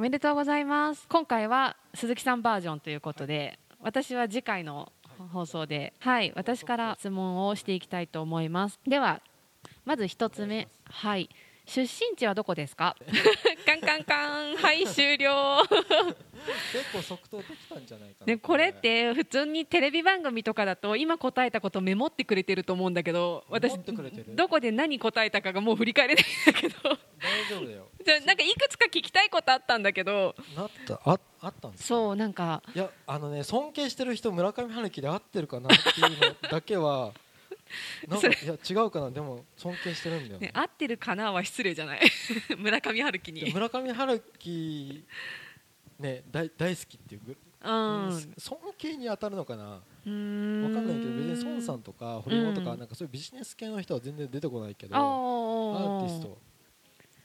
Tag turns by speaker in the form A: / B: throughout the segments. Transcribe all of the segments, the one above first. A: めでとうございます今回は鈴木さんバージョンということで、私は次回の放送ではい私から質問をしていきたいと思いますではまず一つ目はい出身地はどこですか カンカンカンはい終 了
B: 結構即答できたんじゃないかな
A: ねこれって普通にテレビ番組とかだと今答えたことメモってくれてると思うんだけど私
B: メモってくれてる
A: どこで何答えたかがもう振り返れないんだけど
B: 大丈夫だよ
A: じゃあなんかいくつか聞きたいことあったんだけど
B: なったああったんですう
A: そうなんか
B: いやあのね尊敬してる人村上春樹で合ってるかなっていうのだ けはなんかいや違うかなでも尊敬してるんだよね
A: ね、合ってるかなは失礼じゃない 村上春樹
B: で
A: に。
B: 村上春樹ね大大好きっていうぐ、
A: うん、う
B: 尊敬に当たるのかな
A: ーん
B: わかんないけど別に孫さんとか堀本とか
A: うん
B: なんかそういうビジネス系の人は全然出てこないけど
A: あ
B: ア
A: ー
B: ーティスト、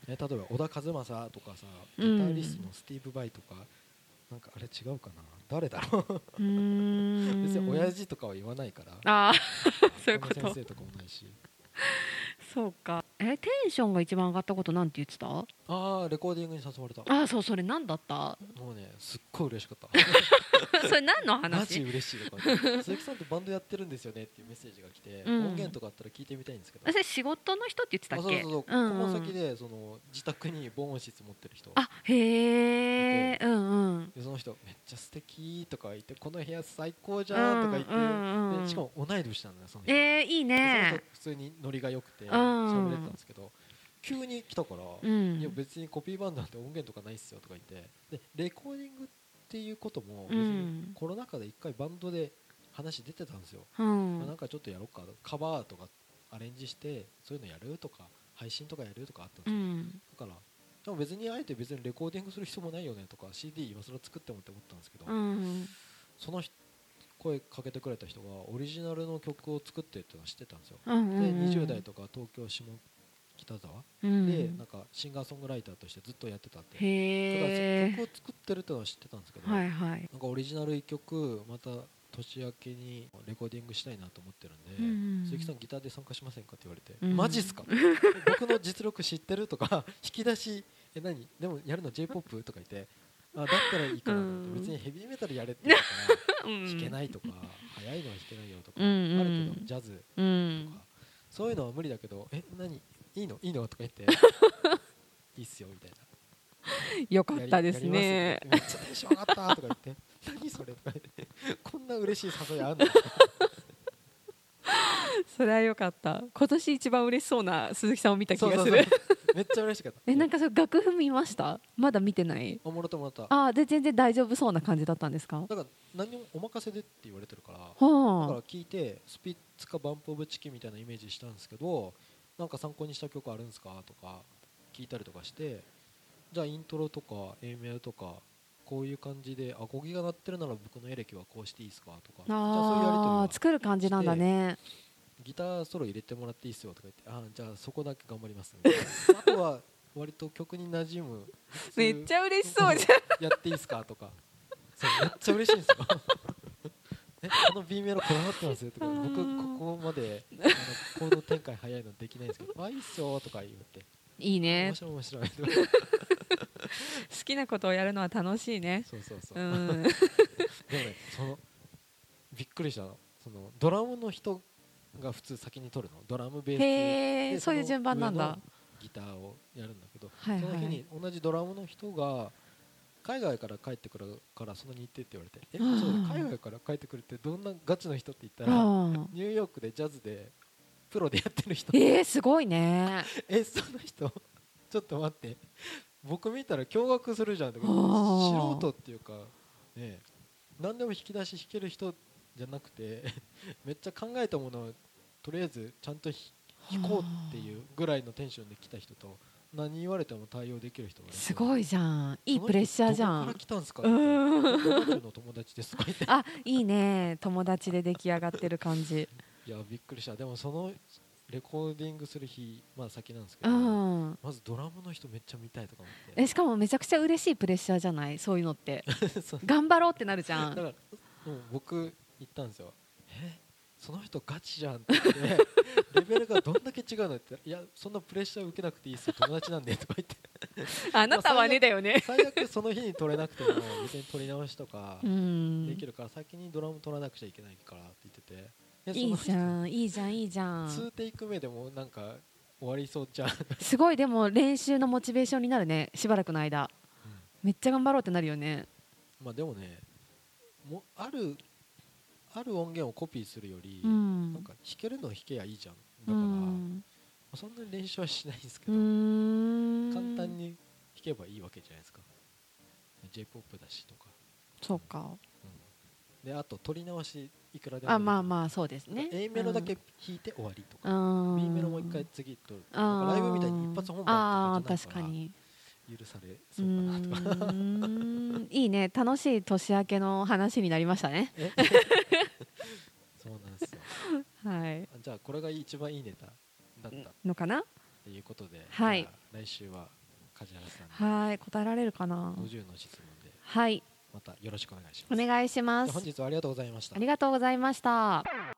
B: ね、例えば小田和正とかさ
A: うん
B: ギタリストのスティーブ・バイとかなんかあれ違うかな誰だろう
A: うーん
B: 別に親父とかは言わないから
A: あー そういうこ
B: 神田
A: と
B: 先生とかもないし
A: そうかえテンションが一番上がったことなんて言ってたあ
B: ああレコーディングに誘われた
A: ーそうそれ何だった
B: もうねすっごい嬉しかった
A: それ何の
B: マジ
A: 話
B: 嬉しいと か言って鈴木さんってバンドやってるんですよねっていうメッセージが来て、
A: うん
B: 音源とかあったら聞いてみたいんですけど
A: あそれ仕事の人って言ってた
B: あ
A: っ
B: そうそ
A: け
B: うそう、
A: んん
B: この先でその自宅に防音室持ってる人
A: あへえうんうん
B: でその人めっちゃ素敵とか言ってこの部屋最高じゃんとか言って、
A: うんうんうん
B: でしかも同い年なんだよその人、
A: えー、いい
B: でその
A: ね
B: 人普通にノリが良くて
A: ん
B: 喋れてたんですけど、急に来たから、
A: う
B: いや
A: ん
B: 別にコピーバンドなんて音源とかないっすよとか言ってでレコーディングっていうことも
A: う
B: 別
A: ん
B: にコロナ禍で一回バンドで話出てたんですよ、
A: う
B: まあなん
A: ん
B: かちょっとやろうかカバーとかアレンジしてそういうのやるとか配信とかやるとかあったんです
A: う
B: よ、
A: ん
B: だからでも別にあえて別にレコーディングする必要もないよねとか CD 今更作ってもって思ったんですけど、
A: うん
B: その人声かけてくれた人がオリジナルの曲を作ってってのは知ってたんですよ、
A: うんうんうん
B: で20代とか東京下北沢、
A: うん
B: でなんかシンガーソングライターとしてずっとやってたって
A: へえ
B: だから曲を作ってるってのは知ってたんですけど、
A: はいはい。
B: なんかオリジナル1曲また年明けにレコーディングしたいなと思ってるんで、
A: うんうんうん
B: 鈴木さんギターで参加しませんかって言われて、
A: うん
B: マジっすか 僕の実力知ってるとか 引き出しえ何でもやるの j p o p とか言ってあだったらいいかなと思って、
A: うん
B: 別にヘビーメタルやれって言うから弾け
A: い。
B: ないとか早いのは弾けないよとか、
A: うんうん
B: あるけどジャズ
A: うん
B: とか。そういうのは無理だけどえ何いいのいいのと か言っていいっすよみたいな。
A: よか
B: やり
A: ったですね
B: や。りますよめっちゃテンション上がったとか言って、 何それとか言って、こんな嬉しい誘いあんの。
A: それはよかった。今年一番嬉しそうな鈴木さんを見た気
B: そうそ
A: が
B: う
A: す
B: そう
A: る。
B: めっちゃ嬉しかった。
A: え、なんかそれ楽譜見ました？まだ見てない。
B: おもろともらった。だか
A: ああ、で全然大丈夫そうな感じだったんですか？
B: ら何にもお任せでって言われてるから、だか
A: は
B: ら聞いてスピッツかバンプオブチキンみたいなイメージしたんですけど、なんか参考にした曲あるんですかとか聞いたりとかして、じゃあイントロとか A メロとか。こういう感じでアコギが鳴ってるなら僕のエレキはこうしていいですかとか
A: あ。
B: じゃあそういうやり取り
A: あ
B: は
A: あ、作る感じなんだね。
B: ギターソロ入れてもらっていいっすよとか言ってあじゃあそこだけ頑張りますみたい なあとは割と曲に馴染む
A: めっちゃ嬉しそうじ
B: ゃんやっていいっすかとかそうめっちゃ嬉しいんですよ えこの B メロこだわってますよとか
A: あー
B: 僕ここまであの行動展開早いのできないんですけ どあいいっすよとか言って
A: いいね
B: 面。白い 面白いとか
A: 好きなことをやるのは楽しいね。
B: そうそうそうう、
A: ん。
B: でもねそのびっくりしたのそのドラムの人が普通先に取るのドラムベース
A: へえ、
B: で
A: そういう
B: の
A: 順番なん
B: 上
A: だ
B: の。ギターをやるんだけど、
A: はいはい
B: その日に同じドラムの人が海外から帰ってくるからその日程って言われてえ
A: あー
B: そうだ海外から帰ってくるってどんなガチの人って言ったら
A: ああ。
B: ニューヨークでジャズでプロでやってる人
A: えー、すごいね。
B: えその人 ちょっと待って僕見たら驚愕するじゃんとか
A: あー
B: 素人っていうかね何でも引き出し引ける人じゃなくて めっちゃ考えたものをとりあえずちゃんとひ弾こうっていうぐらいのテンションで来た人と何言われても対応できる人が
A: すご
B: い
A: いじゃん。いいプレッシャーじゃ
B: どこ
A: ん
B: から。来たんですか
A: うーん
B: 僕宇宙の友達ですとか言って
A: あいいね友達で出来上がってる感じ
B: いやびっくりしたでもそのレコーディングする日まだ先なんですけ
A: う
B: ど
A: ん
B: まずドラムの人めっちゃ見たいとか思って
A: えしかもめちゃくちゃ嬉しいプレッシャーじゃないそういうのって
B: そう
A: 頑張ろうってなるじゃ
B: だか
A: ん
B: らもう僕言ったんですよえその人ガチじゃんって言ってレベルがどんだけ違うのっていやそんなプレッシャー受けなくていいですよ友達なんでとか言って
A: あなたはねだよね。
B: 最悪その日に取れなくても別に取り直しとか
A: う
B: で
A: ん
B: き。るから先にドラム取らなくちゃいけないからって言っててえ
A: いいじ
B: その
A: ゃん、いいじゃん、いいじゃ
B: 人
A: ん。
B: 2テイク目でもなんか終わりそうじゃん
A: すごいでも練習のモチベーションになるね。しばらくの間。めっちゃ頑張ろうってなるよね。
B: まあでもねもうあるある音源をコピーするより、
A: うん。
B: なんか弾けるの弾けやいいじゃんだ
A: う
B: から、
A: ん。
B: そんなに練習はしないんですけ
A: う
B: ど、
A: ーん
B: 簡単。に弾けばいいわけじゃないですか j p o p だしとか、
A: そうか。
B: うんであと取り直しいくらでも
A: あ、まあ
B: あ
A: まあそうですね。
B: A メロだけ弾いて終わりとか、
A: うん。
B: B メロもう一回次取る
A: あー。
B: なんかライブみたいに一発本番って
A: あ
B: こ
A: あ
B: と
A: 確
B: にな
A: か
B: るから
A: に。
B: 許され
A: う
B: そうかなとか
A: ーん。いいね。楽しい年明けの話になりましたね。
B: え そうなんですよ
A: はい。
B: あじゃあこれが一番いいネタだった
A: のかな。
B: ということで、
A: はい
B: じゃあ来週は梶原さん
A: はい。答えられるかな。
B: の50の質問で
A: はい。
B: またよろしくお願いしま
A: お
B: す。
A: 願いしま
B: じゃ
A: す
B: あ本。日はありがとうございました
A: あり。がとうございました。